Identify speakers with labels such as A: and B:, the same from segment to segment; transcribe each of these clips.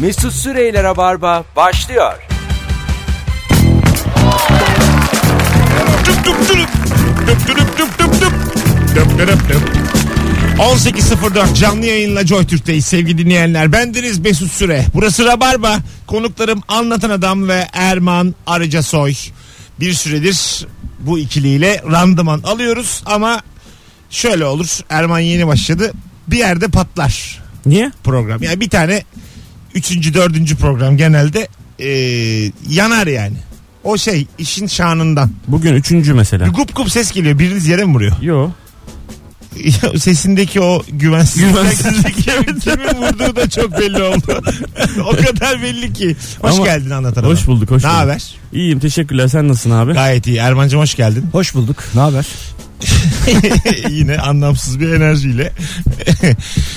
A: Mesut Süreyler'e barba başlıyor.
B: Düp düp dürüp. Düp dürüp düp düp düp. Düp dürüp düp. 18.04 canlı yayınla JoyTürk'teyiz sevgili dinleyenler. Bendeniz Mesut Süre. Burası Rabarba. Konuklarım Anlatan Adam ve Erman Arıca Soy. Bir süredir bu ikiliyle randıman alıyoruz ama şöyle olur. Erman yeni başladı. Bir yerde patlar
C: Niye?
B: program. Yani bir tane üçüncü, dördüncü program genelde eee, yanar yani. O şey işin şanından.
C: Bugün üçüncü mesela.
B: Bir gup gup ses geliyor. Biriniz yere mi vuruyor?
C: Yo.
B: Sesindeki o güvensizlik.
C: Güvensizlik,
B: Kimin- Kimin vurduğu da çok belli oldu. o kadar belli ki. Hoş
C: Ama-
B: geldin anlatan
C: Hoş bulduk, hoş
B: Ne
C: bulduk.
B: haber?
C: İyiyim teşekkürler sen nasılsın abi?
B: Gayet iyi. Erman'cığım hoş geldin.
D: Hoş bulduk. Ne haber?
B: Yine anlamsız bir enerjiyle.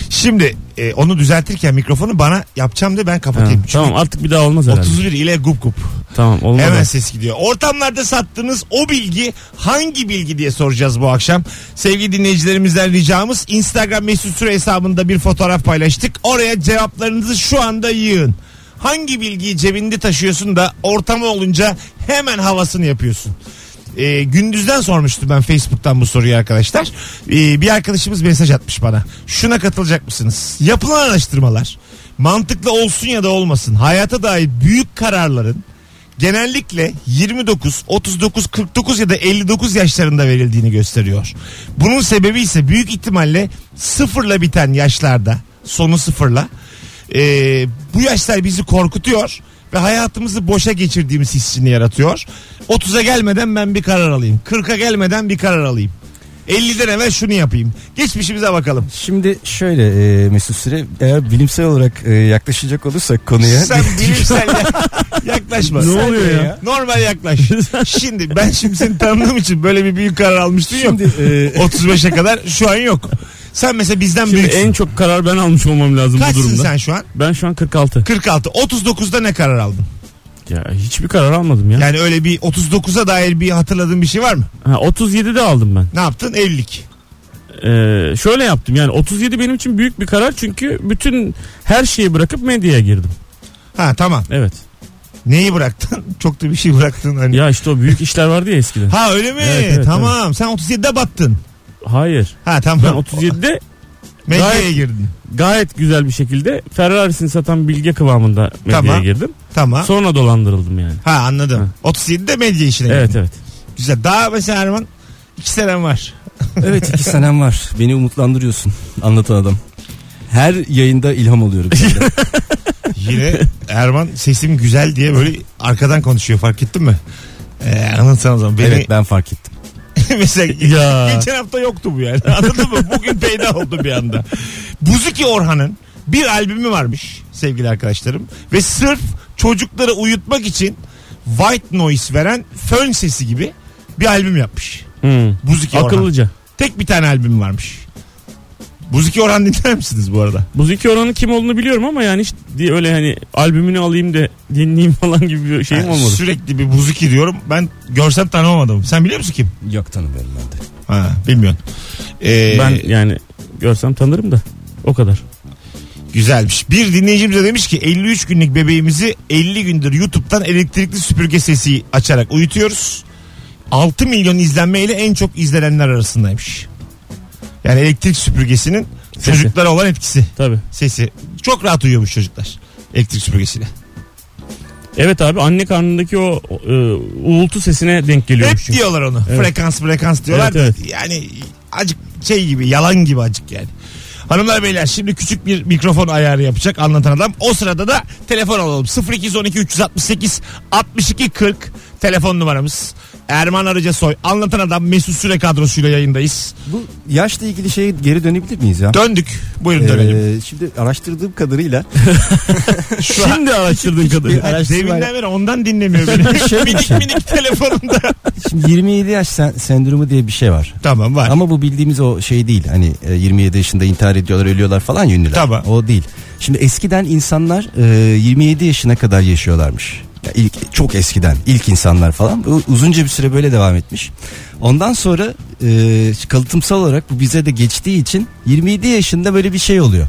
B: Şimdi e, onu düzeltirken mikrofonu bana yapacağım de ben
C: Ha,
B: kapatayım. Çünkü
C: tamam artık bir daha olmaz herhalde.
B: 31 ile gup gup.
C: Tamam olmaz.
B: Hemen ses gidiyor. Ortamlarda sattığınız o bilgi hangi bilgi diye soracağız bu akşam. Sevgili dinleyicilerimizden ricamız Instagram mesut süre hesabında bir fotoğraf paylaştık. Oraya cevaplarınızı şu anda yığın. Hangi bilgiyi cebinde taşıyorsun da ortama olunca hemen havasını yapıyorsun. Ee, gündüzden sormuştum ben Facebook'tan bu soruyu arkadaşlar. Ee, bir arkadaşımız mesaj atmış bana. Şuna katılacak mısınız? Yapılan araştırmalar mantıklı olsun ya da olmasın hayata dair büyük kararların genellikle 29, 39, 49 ya da 59 yaşlarında verildiğini gösteriyor. Bunun sebebi ise büyük ihtimalle sıfırla biten yaşlarda, sonu sıfırla. Ee, bu yaşlar bizi korkutuyor ve hayatımızı boşa geçirdiğimiz hissini yaratıyor. 30'a gelmeden ben bir karar alayım. 40'a gelmeden bir karar alayım. 50'den evvel şunu yapayım. Geçmişimize bakalım.
D: Şimdi şöyle e, Mesut Süre eğer bilimsel olarak e, yaklaşacak olursak konuya.
B: Sen bilimsel ya- yaklaşma.
C: Ne oluyor ya?
B: Normal yaklaş. Şimdi ben şimdi seni tanıdığım için böyle bir büyük karar almıştın yok.
D: Şimdi e,
B: 35'e kadar şu an yok. Sen mesela bizden
C: Şimdi
B: büyüksün.
C: en çok karar ben almış olmam lazım bu
B: Kaçsın
C: durumda.
B: sen şu an?
C: Ben şu an 46.
B: 46. 39'da ne karar aldın?
C: Ya hiçbir karar almadım ya.
B: Yani öyle bir 39'a dair bir hatırladığın bir şey var mı?
C: Ha, 37'de aldım ben.
B: Ne yaptın? 50'lik.
C: Ee, şöyle yaptım yani 37 benim için büyük bir karar çünkü bütün her şeyi bırakıp medyaya girdim.
B: Ha tamam.
C: Evet.
B: Neyi bıraktın? Çok da bir şey bıraktın hani.
C: Ya işte o büyük işler vardı ya eskiden.
B: Ha öyle mi?
C: Evet, evet,
B: tamam. Sen 37'de battın.
C: Hayır.
B: Ha
C: Ben
B: tamam.
C: 37'de
B: Medyaya
C: gayet-
B: girdin.
C: gayet güzel bir şekilde Ferrari'sini satan bilge kıvamında medyaya
B: Tamam.
C: girdim.
B: Tamam.
C: Sonra dolandırıldım yani.
B: ha anladım. 37'de medya işine girdin.
C: Evet evet.
B: Güzel. Daha mesela Erman 2 senem var.
D: evet iki senem var. Beni umutlandırıyorsun anlatan adam. Her yayında ilham oluyorum. ben de.
B: Yine Erman sesim güzel diye böyle arkadan konuşuyor fark ettin mi? Ee, anlatsana o zaman. Beni,
D: evet ben fark ettim.
B: mesela
C: Ya.
B: geçen hafta yoktu bu yani. Anladın mı? Bugün peyda oldu bir anda. Buzuki Orhan'ın bir albümü varmış sevgili arkadaşlarım. Ve sırf çocukları uyutmak için white noise veren fön sesi gibi bir albüm yapmış.
C: Hmm.
B: Buzuki Orhan.
C: Akıllıca.
B: Tek bir tane albüm varmış. Buzuki Orhan dinler misiniz bu arada?
C: Buziki Orhan'ın kim olduğunu biliyorum ama yani hiç diye öyle hani albümünü alayım da dinleyeyim falan gibi bir şeyim
B: Yani
C: olmadı.
B: Sürekli bir buzuki diyorum. Ben görsem tanımadım. Sen biliyor musun kim?
D: Yok tanımıyorum ben de.
B: Ha, bilmiyorsun. Ee,
C: Ben yani görsem tanırım da o kadar.
B: Güzelmiş. Bir dinleyicimiz de demiş ki 53 günlük bebeğimizi 50 gündür YouTube'dan elektrikli süpürge sesi açarak uyutuyoruz. 6 milyon izlenmeyle en çok izlenenler arasındaymış. Yani elektrik süpürgesinin
C: Sesi.
B: çocuklara olan etkisi,
C: Tabii.
B: sesi. Çok rahat uyuyormuş çocuklar elektrik süpürgesiyle.
C: Evet abi anne karnındaki o e, uğultu sesine denk
B: Hep
C: geliyormuş. çünkü.
B: diyorlar onu.
C: Evet.
B: Frekans frekans diyorlar.
C: Evet,
B: da Yani acık şey gibi yalan gibi acık yani. Hanımlar beyler şimdi küçük bir mikrofon ayarı yapacak anlatan adam. O sırada da telefon alalım. 0212 368 62 40 telefon numaramız. Erman Arıca Soy anlatan adam Mesut Süre kadrosuyla yayındayız.
D: Bu yaşla ilgili şeye geri dönebilir miyiz ya?
B: Döndük. Buyurun dönelim.
D: Ee, şimdi araştırdığım kadarıyla
C: Şimdi araştırdın kadar.
D: araştırma
B: Deminden beri ondan dinlemiyor beni.
D: Şöyle bir
B: minik
D: şey.
B: minik telefonunda.
D: şimdi 27 yaş sen- sendromu diye bir şey var.
B: tamam var.
D: Ama bu bildiğimiz o şey değil. Hani e, 27 yaşında intihar ediyorlar, ölüyorlar falan ya ünlüler.
B: Tamam.
D: O değil. Şimdi eskiden insanlar e, 27 yaşına kadar yaşıyorlarmış. Ya ilk çok eskiden ilk insanlar falan Bu uzunca bir süre böyle devam etmiş. Ondan sonra e, kalıtımsal olarak bu bize de geçtiği için 27 yaşında böyle bir şey oluyor.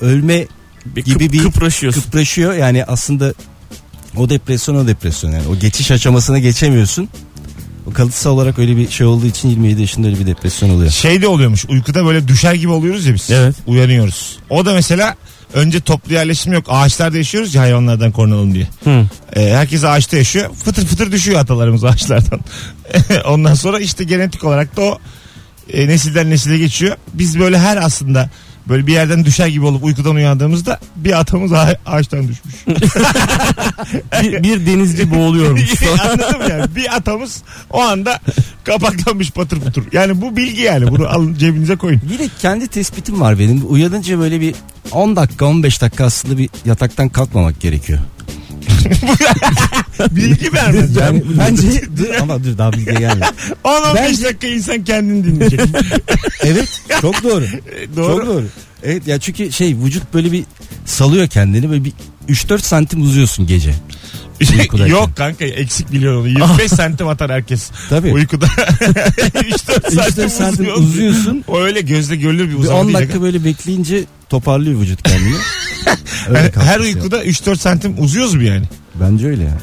D: Ölme
C: bir
E: gibi
C: kıp-
E: bir
C: kıpraşıyorsun.
E: kıpraşıyor. Yani aslında o depresyon o depresyon yani o geçiş aşamasına geçemiyorsun. O kalıtsal olarak öyle bir şey olduğu için 27 yaşında öyle bir depresyon oluyor.
B: Şey de oluyormuş uykuda böyle düşer gibi oluyoruz ya biz.
C: Evet.
B: Uyanıyoruz. O da mesela önce toplu yerleşim yok. Ağaçlarda yaşıyoruz ya hayvanlardan korunalım diye.
C: Hı.
B: Ee, herkes ağaçta yaşıyor. Fıtır fıtır düşüyor atalarımız ağaçlardan. Ondan sonra işte genetik olarak da o e, nesilden nesile geçiyor. Biz böyle her aslında böyle bir yerden düşer gibi olup uykudan uyandığımızda bir atamız ağa- ağaçtan düşmüş.
C: Bir, bir denizci boğuluyormuş.
B: Anladın mı yani? Bir atamız o anda kapaklanmış patır patır. Yani bu bilgi yani. Bunu alın cebinize koyun.
E: Bir de kendi tespitim var benim. Uyanınca böyle bir 10 dakika 15 dakika aslında bir yataktan kalkmamak gerekiyor.
B: Bilgi vermez.
E: Yani bence dur, ama dur daha bilgiye gelmedi.
B: 10-15
E: Bence-
B: dakika insan kendini dinleyecek.
E: Evet çok doğru.
B: E, Doğru.
E: Çok doğru. Evet ya çünkü şey vücut böyle bir salıyor kendini böyle bir 3-4 santim uzuyorsun gece. Uykudayken.
B: Şey, Yok kanka eksik biliyor onu. 25 santim atar herkes.
E: Tabii.
B: Uykuda. 3-4 santim,
E: 3-4 santim
B: uzuyorsun.
E: uzuyorsun.
B: O öyle gözle görülür bir
E: Bir
B: uzama
E: 10
B: değil.
E: dakika böyle bekleyince toparlıyor vücut kendini. Öyle
B: Her, her
E: kalkması yok.
B: uykuda 3-4 santim uzuyoruz mu yani?
E: Bence öyle yani.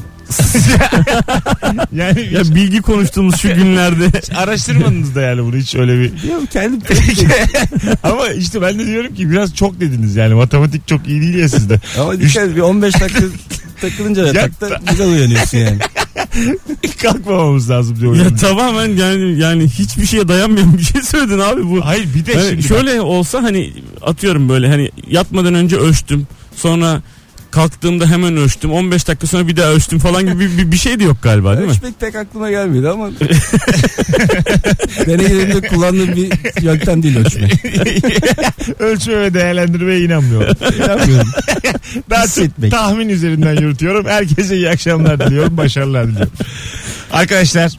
B: Yani
C: ya bilgi konuştuğumuz şu günlerde.
B: hiç araştırmadınız da yani bunu hiç öyle bir.
E: Yok kendim
B: Ama işte ben de diyorum ki biraz çok dediniz yani matematik çok iyi değil ya sizde.
E: Ama dikkat et, bir 15 dakika takılınca yatakta güzel uyanıyorsun yani.
B: Kalkmamamız lazım diyor.
C: ya tamamen yani yani hiçbir şeye dayanmayan bir şey söyledin abi bu.
B: Hayır bir de
C: Yani
B: E şimdi bak-
C: şöyle olsa hani atıyorum böyle hani yatmadan önce ölçtüm. Sonra kalktığımda hemen ölçtüm. 15 dakika sonra bir daha ölçtüm falan gibi bir, bir, bir şey de yok galiba değil mi?
E: Ölçmek pek aklıma gelmedi ama deneylerimde kullandığım bir yöntem değil ölçmek.
B: ölçme ve değerlendirmeye inanmıyorum.
E: İnanmıyorum.
B: Daha çok
E: Hissetmek.
B: tahmin üzerinden yürütüyorum. Herkese iyi akşamlar diliyorum. Başarılar diliyorum. Arkadaşlar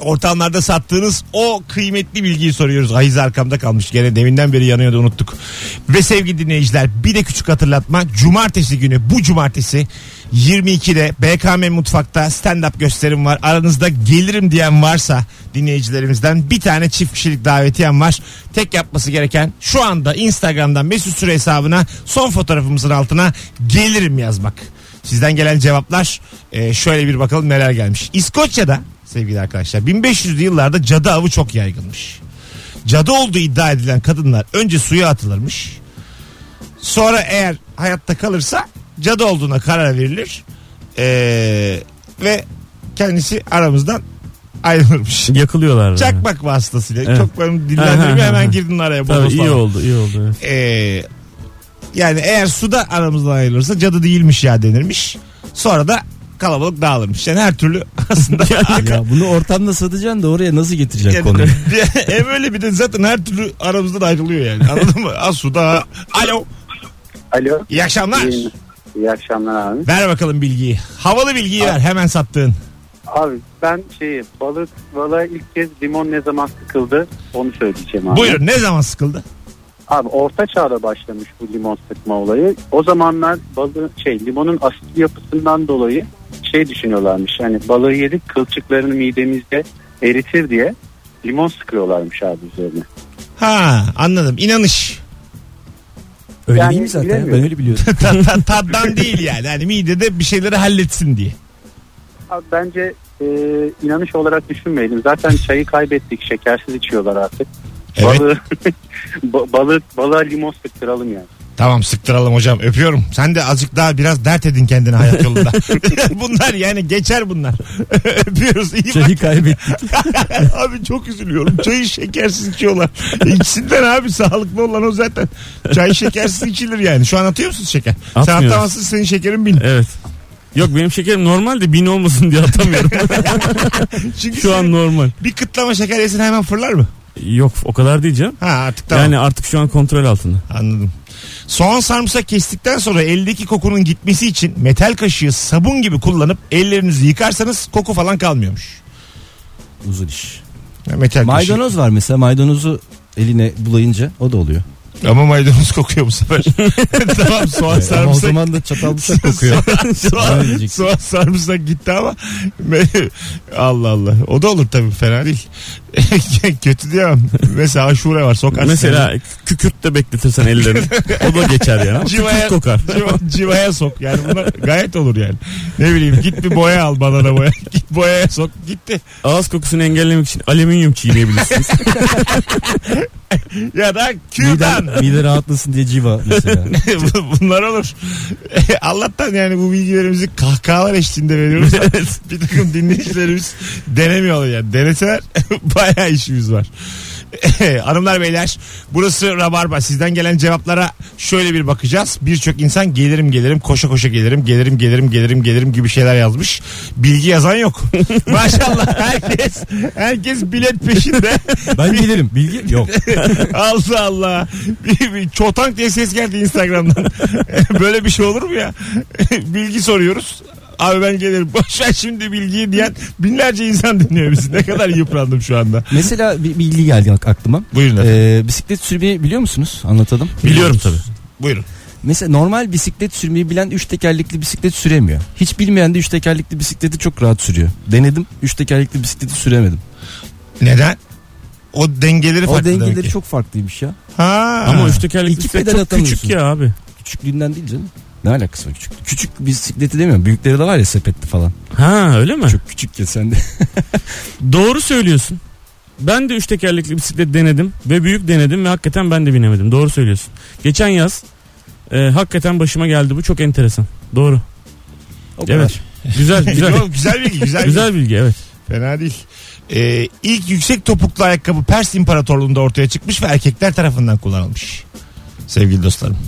B: ortamlarda sattığınız o kıymetli bilgiyi soruyoruz. Ayiz arkamda kalmış. Gene deminden beri yanıyordu unuttuk. Ve sevgili dinleyiciler bir de küçük hatırlatma. Cumartesi günü bu cumartesi 22'de BKM Mutfak'ta stand-up gösterim var. Aranızda gelirim diyen varsa dinleyicilerimizden bir tane çift kişilik davetiyem var. Tek yapması gereken şu anda Instagram'dan Mesut Süre hesabına son fotoğrafımızın altına gelirim yazmak. Sizden gelen cevaplar e, şöyle bir bakalım neler gelmiş. İskoçya'da sevgili arkadaşlar 1500'lü yıllarda cadı avı çok yaygınmış. Cadı olduğu iddia edilen kadınlar önce suya atılırmış. Sonra eğer hayatta kalırsa cadı olduğuna karar verilir. E, ve kendisi aramızdan ayrılırmış.
C: Yakılıyorlar. yani.
B: Çakmak vasıtasıyla.
C: Evet.
B: Çok benim
C: Aha, aha,
B: dillendirme
C: aha.
B: hemen girdin araya.
C: Tabii
B: bodoslama.
C: iyi oldu iyi oldu. evet.
B: Ee, yani eğer suda aramızdan ayrılırsa cadı değilmiş ya denirmiş. Sonra da kalabalık dağılırmış. Yani her türlü aslında
E: ya bunu ortamda satacaksın da oraya nasıl getireceksin konuyu?
B: Bir- hem öyle bir de zaten her türlü aramızdan ayrılıyor yani. Anladın mı? Az suda. Alo.
F: Alo.
B: İyi akşamlar.
F: İyi, iyi akşamlar abi.
B: Ver bakalım bilgiyi. Havalı bilgiyi ver hemen sattığın.
F: Abi ben şeyi balık balığa ilk kez limon ne zaman sıkıldı onu söyleyeceğim abi.
B: Buyurun ne zaman sıkıldı?
F: Abi orta çağda başlamış bu limon sıkma olayı. O zamanlar balığı şey limonun asitli yapısından dolayı şey düşünüyorlarmış. Hani balığı yedik kılçıklarını midemizde eritir diye limon sıkıyorlarmış abi üzerine.
B: Ha anladım. İnanış.
E: Öyle
F: Yani
E: değil mi zaten?
F: bilemiyorum.
E: Ben öyle biliyorum.
B: Ta- ta- Taddan değil yani. Hani midede bir şeyleri halletsin diye.
F: Abi bence e, inanış olarak düşünmeyelim. Zaten çayı kaybettik. Şekersiz içiyorlar artık.
B: Evet.
F: Balığı, ba- balığı, balığa limon sıktıralım yani.
B: Tamam sıktıralım hocam öpüyorum. Sen de azıcık daha biraz dert edin kendine hayat yolunda. bunlar yani geçer bunlar. Öpüyoruz iyi bak.
E: Çayı kaybettik.
B: abi çok üzülüyorum. Çayı şekersiz içiyorlar. İçsinler abi sağlıklı olan o zaten. Çay şekersiz içilir yani. Şu an atıyor musun şeker? Sen
C: Atmıyoruz.
B: atamazsın senin şekerin bin.
C: Evet. Yok benim şekerim normal de bin olmasın diye atamıyorum.
B: Çünkü
C: şu an normal.
B: bir kıtlama şeker yesin hemen fırlar mı?
C: Yok o kadar diyeceğim.
B: Ha artık tamam.
C: Yani artık şu an kontrol altında.
B: Anladım. Soğan sarımsak kestikten sonra eldeki kokunun gitmesi için metal kaşığı sabun gibi kullanıp ellerinizi yıkarsanız koku falan kalmıyormuş.
E: Uzun iş.
B: Ya Metal kaşığı.
E: Maydanoz var mesela maydanozu eline bulayınca o da oluyor.
B: Ama maydanoz kokuyor bu sefer. tamam
E: Ee,
B: soğan
E: Ama o
B: sarımsak.
E: zaman da çatal bıçak kokuyor.
B: soğan,
E: Devam edecek.
B: soğan sarımsak gitti ama Allah Allah. O da olur tabii fena değil. Kötü diyemem. Mesela aşure var sokarsın.
C: Mesela kükürt de bekletirsen ellerini. o da geçer yani. Ama
B: Civaya-
C: Kükürt kokar.
B: Civa- civaya sok yani bunlar gayet olur yani. Ne bileyim git bir boya al banana boya. Git boyaya sok gitti.
C: Ağız kokusunu engellemek için alüminyum çiğneyebilirsiniz.
B: Ya da kürdan.
E: mide, mide rahatlasın diye civa mesela.
B: Bunlar olur. Allah'tan yani bu bilgilerimizi kahkahalar eşliğinde veriyoruz. bir takım dinleyicilerimiz denemiyorlar yani. Deneseler bayağı işimiz var. Hanımlar beyler burası Rabarba. Sizden gelen cevaplara şöyle bir bakacağız. Birçok insan gelirim gelirim koşa koşa gelirim gelirim gelirim gelirim gelirim gibi şeyler yazmış. Bilgi yazan yok. Maşallah herkes herkes bilet peşinde.
E: Ben gelirim. Bilgi yok.
B: Allah Allah. Bir, bir çotank diye ses geldi Instagram'dan. Böyle bir şey olur mu ya? Bilgi soruyoruz. Abi ben gelirim. Boşver şimdi bilgiyi diyen binlerce insan dinliyor bizi. Ne kadar yıprandım şu anda.
E: Mesela bir bilgi geldi ak- aklıma.
B: Buyurun efendim.
E: Ee, bisiklet sürmeyi biliyor musunuz? Anlatalım.
C: Biliyorum tabii.
B: Buyurun.
E: Mesela normal bisiklet sürmeyi bilen 3 tekerlekli bisiklet süremiyor. Hiç bilmeyen de 3 tekerlekli bisikleti çok rahat sürüyor. Denedim 3 tekerlekli bisikleti süremedim.
B: Neden? O dengeleri
E: O
B: farklı demek
E: dengeleri
B: ki.
E: çok farklıymış ya.
B: Ha.
C: Ama üç tekerlekli
E: İki
C: bisiklet
E: pedal
C: çok küçük
E: atamıyorsun.
C: ya abi.
E: Küçüklüğünden değil canım. Ne alakası var küçük? Küçük bisikleti demiyorum. Büyükleri de var ya sepetli falan.
C: Ha öyle mi?
E: Çok küçük ya sen de.
C: Doğru söylüyorsun. Ben de üç tekerlekli bisiklet denedim ve büyük denedim ve hakikaten ben de binemedim. Doğru söylüyorsun. Geçen yaz e, hakikaten başıma geldi bu çok enteresan. Doğru.
E: O kadar.
C: Evet. Güzel güzel.
B: Yo, güzel bilgi güzel, bilgi.
C: güzel bilgi evet.
B: Fena değil. Ee, ilk yüksek topuklu ayakkabı Pers İmparatorluğu'nda ortaya çıkmış ve erkekler tarafından kullanılmış. Sevgili dostlarım.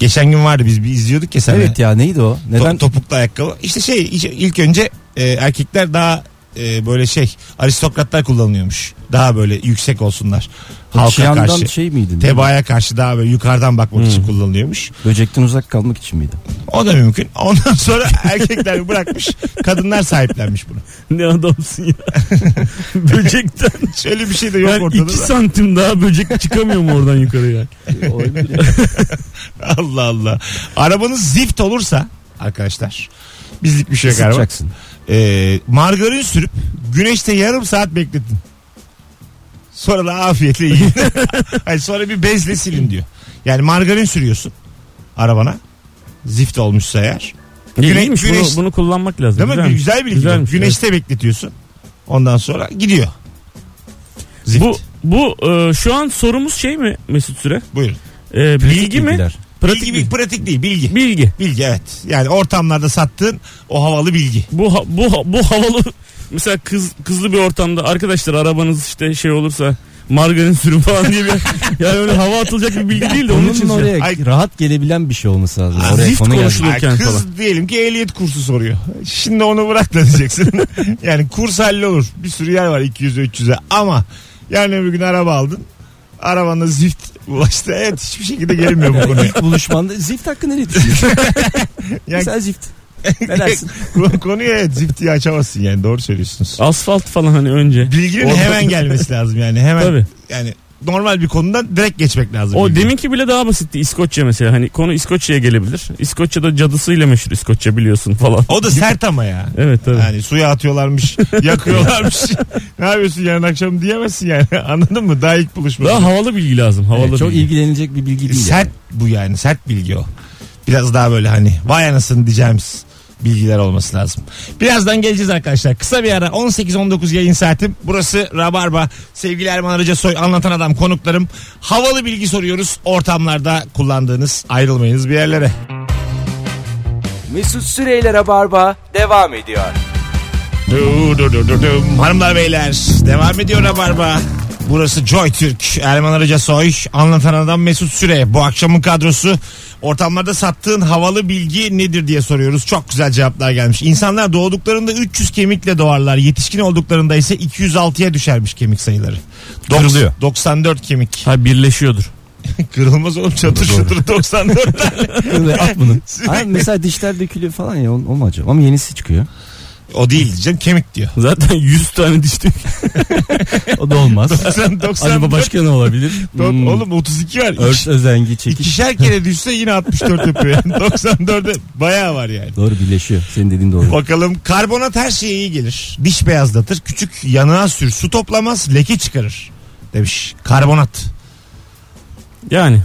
B: Geçen gün vardı biz bir izliyorduk ya sen.
E: Evet ya neydi o? Neden?
B: To- topuklu ayakkabı. İşte şey iş- ilk önce e, erkekler daha e, böyle şey aristokratlar kullanıyormuş. Daha böyle yüksek olsunlar. Halka
E: Çiyandan
B: karşı.
E: şey Hmm. miydi?
B: Tebaaya karşı daha böyle yukarıdan bakmak için kullanılıyormuş.
E: Böcekten uzak kalmak için miydi?
B: O da mümkün. Ondan sonra erkekler bırakmış. Kadınlar sahiplenmiş bunu.
C: Ne adamsın ya. Böcekten.
B: Şöyle bir şey de yok
C: Yani
B: ortada.
C: iki
B: da.
C: santim daha böcek çıkamıyor mu oradan yukarıya?
B: Allah Allah. Arabanız zift olursa arkadaşlar bizlik bir şey yok araba.
E: Sıkacaksın.
B: Ee, margarin sürüp güneşte yarım saat bekletin. Sonra da afiyetle yiyin. Hayır, sonra bir bezle silin diyor. Yani margarin sürüyorsun arabana. Zift olmuşsa eğer. Güne-
C: İyiymiş bunu-
B: güneş-
C: bunu, kullanmak
B: Değil
C: lazım.
B: mi?
C: Güzelmiş.
B: Güzel bir bilgi.
C: Güzelmiş,
B: Güneşte bekletiyorsun. Ondan sonra gidiyor.
C: evet.
B: Zift.
C: Bu, bu e, şu an sorumuz şey mi Mesut Süre?
B: Buyurun.
C: E, bilgi mi?
E: Bilgiler.
C: Pratik
B: bilgi,
C: mi?
B: bilgi, pratik değil bilgi.
C: Bilgi.
B: Bilgi evet. Yani ortamlarda sattığın o havalı bilgi.
C: Bu ha- bu ha- bu havalı mesela kız kızlı bir ortamda arkadaşlar arabanız işte şey olursa margarin sürün falan diye bir yani öyle hava atılacak bir bilgi değil de onun için
E: Onun
C: söylüyorum.
E: oraya
B: Ay-
E: rahat gelebilen bir şey olması lazım.
B: Aa,
E: Oraya
C: zift
E: konu geldi.
C: konuşulur. Dururken
B: Ay, kız
C: falan.
B: diyelim ki ehliyet kursu soruyor. Şimdi onu bırak da diyeceksin. yani kurs hallolur. Bir sürü yer var 200'e 300'e ama yarın öbür gün araba aldın. Arabanda zift ulaştı. Evet hiçbir şekilde gelmiyor bu konuya.
E: İlk buluşmanda zift hakkı nereye düşünüyorsun?
B: Yani
E: Sen zift. Ne dersin?
B: bu konuya evet ziftiyi açamazsın yani doğru söylüyorsunuz.
C: Asfalt falan hani önce.
B: Bilginin
C: Orada-
B: hemen gelmesi lazım yani hemen.
C: Tabii.
B: Yani normal bir konudan direkt geçmek lazım.
C: O
B: bilginin.
C: deminki bile daha basitti İskoçya mesela hani konu İskoçya'ya gelebilir. İskoçya'da cadısıyla meşhur İskoçya biliyorsun falan.
B: O da sert ama ya.
C: Evet tabii.
B: Yani suya atıyorlarmış, yakıyorlarmış. ne yapıyorsun yarın akşam diyemezsin yani. Anladın mı? Daha ilk buluşma.
C: Daha havalı bilgi lazım. Havalı
E: Evet, çok
C: bilgi.
E: ilgilenilecek bir bilgi değil.
B: sert bu yani sert bilgi o. Biraz daha böyle hani vay anasını diyeceğimiz bilgiler olması lazım. Birazdan geleceğiz arkadaşlar. Kısa bir ara 18-19 yayın saati. Burası Rabarba. Sevgili Erman Arıca Soy anlatan adam konuklarım. Havalı bilgi soruyoruz. Ortamlarda kullandığınız ayrılmayınız bir yerlere.
A: Mesut Süreyler'e barba devam ediyor.
B: Du, du, du, du, dum. Hanımlar beyler devam ediyor Rabarba. Burası Joy Türk. Erman Arıca Soy. Anlatan adam Mesut Süre. Bu akşamın kadrosu. Ortamlarda sattığın havalı bilgi nedir diye soruyoruz. Çok güzel cevaplar gelmiş. İnsanlar doğduklarında 300 kemikle doğarlar. Yetişkin olduklarında ise 206'ya düşermiş kemik sayıları. Dok-
E: Kırılıyor.
B: 94 kemik.
C: Ha birleşiyordur.
B: Kırılmaz oğlum çatır çatır 94 tane.
E: Öyle at bunu. Hayır, mesela dişler dökülüyor falan ya o, o mu acaba? Ama yenisi çıkıyor.
B: O değil diyeceğim kemik diyor.
C: Zaten 100 tane dişti.
E: O da olmaz.
B: 90, 90,
E: Acaba başka ne olabilir? Hmm.
B: Oğlum 32 var.
E: Ört özengi çekiş.
B: İkişer kere düşse yine 64 yapıyor. Yani 94'e bayağı var yani.
E: Doğru birleşiyor. Senin dediğin doğru.
B: Bakalım karbonat her şeye iyi gelir. Diş beyazlatır. Küçük yanağa sür. Su toplamaz. Leke çıkarır. Demiş. Karbonat.
C: Yani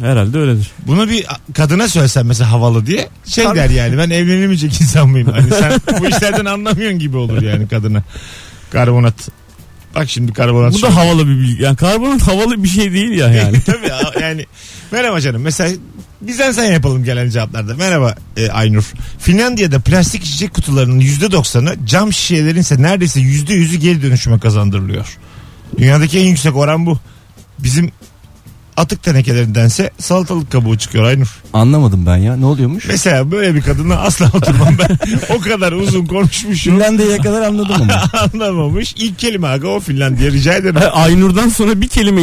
C: herhalde öyledir.
B: Bunu bir kadına söylesen mesela havalı diye şey der yani ben evlenemeyecek insan mıyım? Hani sen bu işlerden anlamıyorsun gibi olur yani kadına. Karbonat. Bak şimdi karbonat.
C: Bu da havalı bir bilgi. Yani karbonat havalı bir şey değil ya yani.
B: yani. Tabii ya, yani merhaba canım. Mesela bizden sen yapalım gelen cevaplarda. Merhaba e, Aynur. Finlandiya'da plastik içecek kutularının %90'ı cam şişelerin ise neredeyse %100'ü geri dönüşüme kazandırılıyor. Dünyadaki en yüksek oran bu. Bizim atık tenekelerindense salatalık kabuğu çıkıyor Aynur.
E: Anlamadım ben ya. Ne oluyormuş?
B: Mesela böyle bir kadınla asla oturmam ben. o kadar uzun konuşmuşum.
E: Finlandiya'ya kadar anladım ama.
B: Anlamamış. İlk kelime aga o Finlandiya rica ederim.
C: Ha, Aynur'dan sonra bir kelime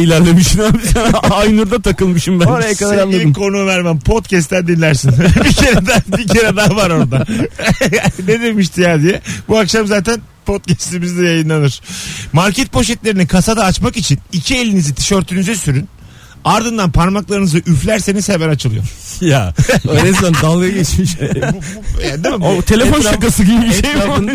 C: ilerlemişsin abi. Sen Aynur'da takılmışım ben.
E: Oraya kadar
B: Sevgili
E: anladım.
B: konuğu vermem. Podcast'ten dinlersin. bir kere daha, bir kere daha var orada. ne demişti ya diye. Bu akşam zaten podcast'imiz de yayınlanır. Market poşetlerini kasada açmak için iki elinizi tişörtünüze sürün. Ardından parmaklarınızı üflerseniz hemen açılıyor.
E: ya. Öyleysen dalga geçmiş.
B: Bu, bu- yani değil mi?
C: O telefon
E: Etraf-
C: şakası gibi bir şey mi?
E: Etrafın,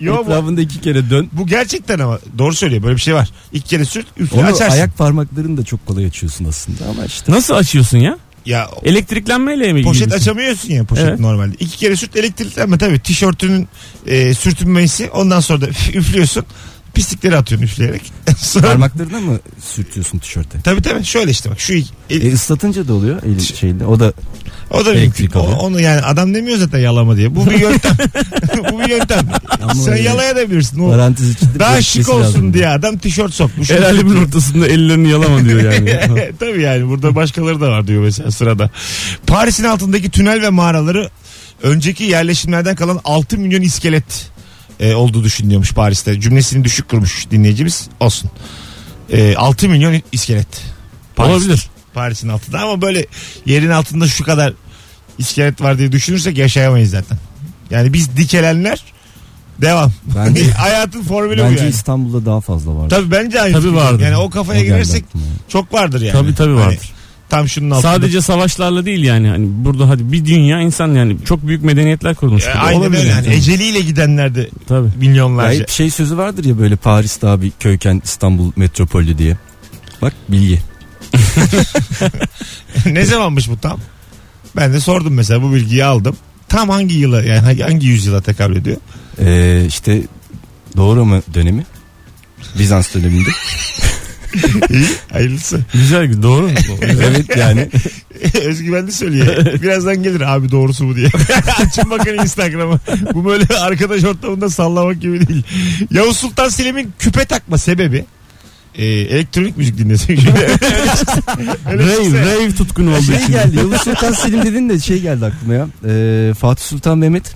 B: Yo, bu,
E: etrafında iki kere dön.
B: bu gerçekten ama doğru söylüyor. Böyle bir şey var. İlk kere sür üfle
E: Onu
B: açarsın.
E: ayak parmaklarını da çok kolay açıyorsun aslında ama işte.
C: Nasıl açıyorsun ya?
B: Ya
C: Elektriklenmeyle mi?
B: Poşet
C: ilgili?
B: açamıyorsun ya poşet
C: Evet.
B: normalde. İki kere sürt elektriklenme tabii. Tişörtünün e, sürtünmesi ondan sonra da üflüyorsun. Pislikleri atıyorsun üfleyerek. sonra,
E: Parmaklarına mı sürtüyorsun tişörte?
B: Tabii tabii şöyle işte bak şu iki- el-
E: E ıslatınca da oluyor eli şeyinde. O da
B: o da
E: elektrik
B: mümkün. O-
E: alıyor.
B: onu yani adam demiyor zaten yalama diye. Bu bir yöntem. Bu bir yöntem. Sen
E: öyle.
B: yalayabilirsin. O,
E: parantez içinde.
B: daha
E: bekletmesi
B: şık olsun
E: şey lazım.
B: diye adam tişört sokmuş.
C: El alemin ortasında ellerini yalama diyor yani.
B: Tabii yani burada başkaları da var diyor mesela sırada. Paris'in altındaki tünel ve mağaraları önceki yerleşimlerden kalan 6 milyon iskelet e, olduğu düşünülüyormuş Paris'te. Cümlesini düşük kurmuş dinleyicimiz. Olsun. E, 6 milyon iskelet. Paris-
C: Olabilir.
B: Paris'in altında ama böyle yerin altında şu kadar iskelet var diye düşünürsek yaşayamayız zaten. Yani biz dikelenler devam.
E: Bence-
B: Hayatın formülü bu
E: Bence
B: yani.
E: İstanbul'da daha fazla var.
B: Tabii bence aynı.
C: Tabii
B: fikir.
C: vardır.
B: Yani o kafaya
E: O geldi
B: girersek
E: aklıma.
B: çok vardır yani.
C: Tabii tabii
B: Hani
C: vardır.
B: tam şunun altında.
C: Sadece savaşlarla değil yani. Hani burada hadi bir dünya insan yani çok büyük medeniyetler kurulmuş.
B: E, aynen öyle. Yani. Eceliyle gidenler de
C: Tabii.
E: Ya
B: milyonlarca.
E: hep şey sözü vardır ya böyle Paris daha bir köyken İstanbul metropolü diye. Bak bilgi.
B: ne zamanmış bu tam? Ben de sordum mesela bu bilgiyi aldım. Tam hangi yıla yani hangi- hangi yüzyıla tekabül ediyor?
E: Ee, işte doğru mu dönemi? Bizans döneminde.
B: İyi hayırlısı.
C: Güzel güzel doğru.
E: evet yani.
B: Özgüven de söylüyor. Birazdan gelir abi doğrusu bu diye. Açın bakın Instagram'a. Bu böyle arkadaş ortamında sallamak gibi değil. Yavuz Sultan Selim'in küpe takma sebebi e, elektronik müzik dinlesin. Öyle
C: rave,
B: çıksa-
C: rave tutkunu olduğu
E: Şey
C: için.
E: geldi Yavuz Sultan Selim dedin de şey geldi aklıma ya. Ee, Fatih Sultan Mehmet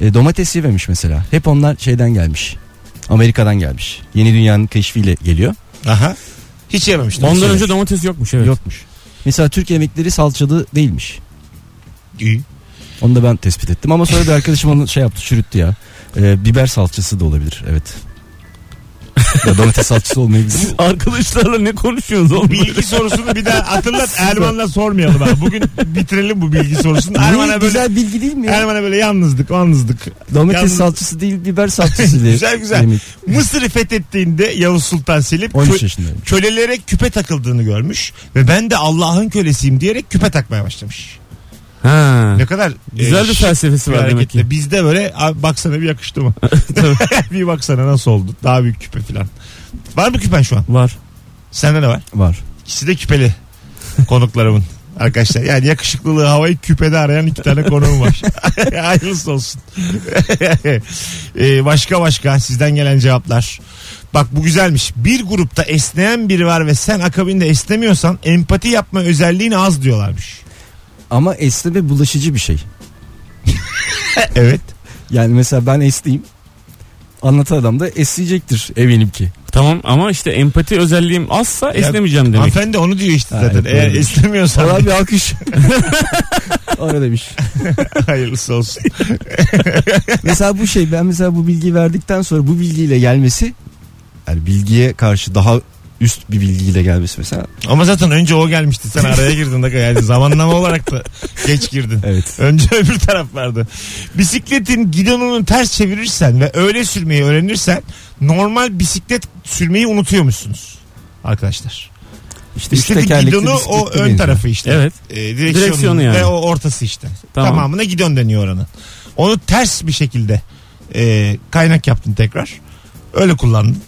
E: e, domates yememiş mesela. Hep onlar şeyden gelmiş. Amerika'dan gelmiş. Yeni dünyanın keşfiyle geliyor.
B: Aha. Hiç yememiştim.
E: Şey.
C: Ondan önce domates yokmuş evet.
E: Yokmuş. Mesela Türk yemekleri salçalı değilmiş.
B: İyi.
E: Onu da ben tespit ettim ama sonra bir arkadaşım onu şey yaptı çürüttü ya. Ee, biber salçası da olabilir evet. ya domates salçası olmayabilir.
C: Arkadaşlarla ne konuşuyorsunuz oğlum?
B: bilgi sorusunu bir daha hatırlat Erman'la sormayalım abi. Bugün bitirelim bu bilgi sorusunu. Erman'a
E: Bu
B: böyle
E: güzel bilgi değil mi ya?
B: Erman'a böyle yalnızdık, yalnızdık.
E: Domates
B: Yalnız-
E: salçası değil biber salçası diye.
B: Güzel, güzel.
E: Yemek.
B: Mısır'ı fethettiğinde Yavuz Sultan Selim
E: 13
B: kö-
E: yaşındayım.
B: kölelere küpe takıldığını görmüş ve ben de Allah'ın kölesiyim diyerek küpe takmaya başlamış.
C: Ha.
B: Ne kadar e,
C: Güzel bir
B: şık
C: felsefesi
B: bir
C: var demek
B: hareketle.
C: ki.
B: Bizde böyle abi baksana bir yakıştı mı? bir baksana nasıl oldu? Daha büyük küpe falan. Var mı küpen şu an?
C: Var.
B: Sende ne var?
E: Var.
B: İkisi de küpeli konuklarımın. Arkadaşlar yani yakışıklılığı havayı küpede arayan iki tane konuğum var. Hayırlısı olsun. Ee, başka başka sizden gelen cevaplar. Bak bu güzelmiş. Bir grupta esneyen biri var ve sen akabinde esnemiyorsan empati yapma özelliğin az diyorlarmış.
E: Ama esneme bulaşıcı bir şey.
B: Evet.
E: Yani mesela ben esneyim. Anlatan adam da esneyecektir eminim ki.
C: Tamam ama işte empati özelliğim azsa esnemeyeceğim demek.
B: Hanımefendi onu diyor işte
E: Ha,
B: zaten.
E: evet,
B: Eğer
E: doğru.
B: esnemiyorsan.
E: Falan bir alkış. Orada demiş.
B: Hayırlısı olsun.
E: mesela bu şey ben mesela bu bilgiyi verdikten sonra bu bilgiyle gelmesi yani bilgiye karşı daha üst bir bilgiyle gelmesi mesela.
B: Ama zaten önce o gelmişti. Sen araya girdin. Dakika. Yani zamanlama olarak da geç girdin.
E: Evet.
B: Önce öbür taraf vardı. Bisikletin gidonunu ters çevirirsen ve öyle sürmeyi öğrenirsen normal bisiklet sürmeyi unutuyormuşsunuz arkadaşlar.
E: İşte üç
B: Bisikletin
E: tekerlekli
B: gidonu
E: bisiklet
B: o
E: de
B: ön
E: benziyor.
B: tarafı işte.
C: Evet.
B: E, direksiyonu,
C: Direksiyonu yani.
B: ve o ortası işte.
C: Tamam.
B: Tamamına gidon deniyor oranın. Onu ters bir şekilde e, kaynak yaptın tekrar. Öyle kullandın.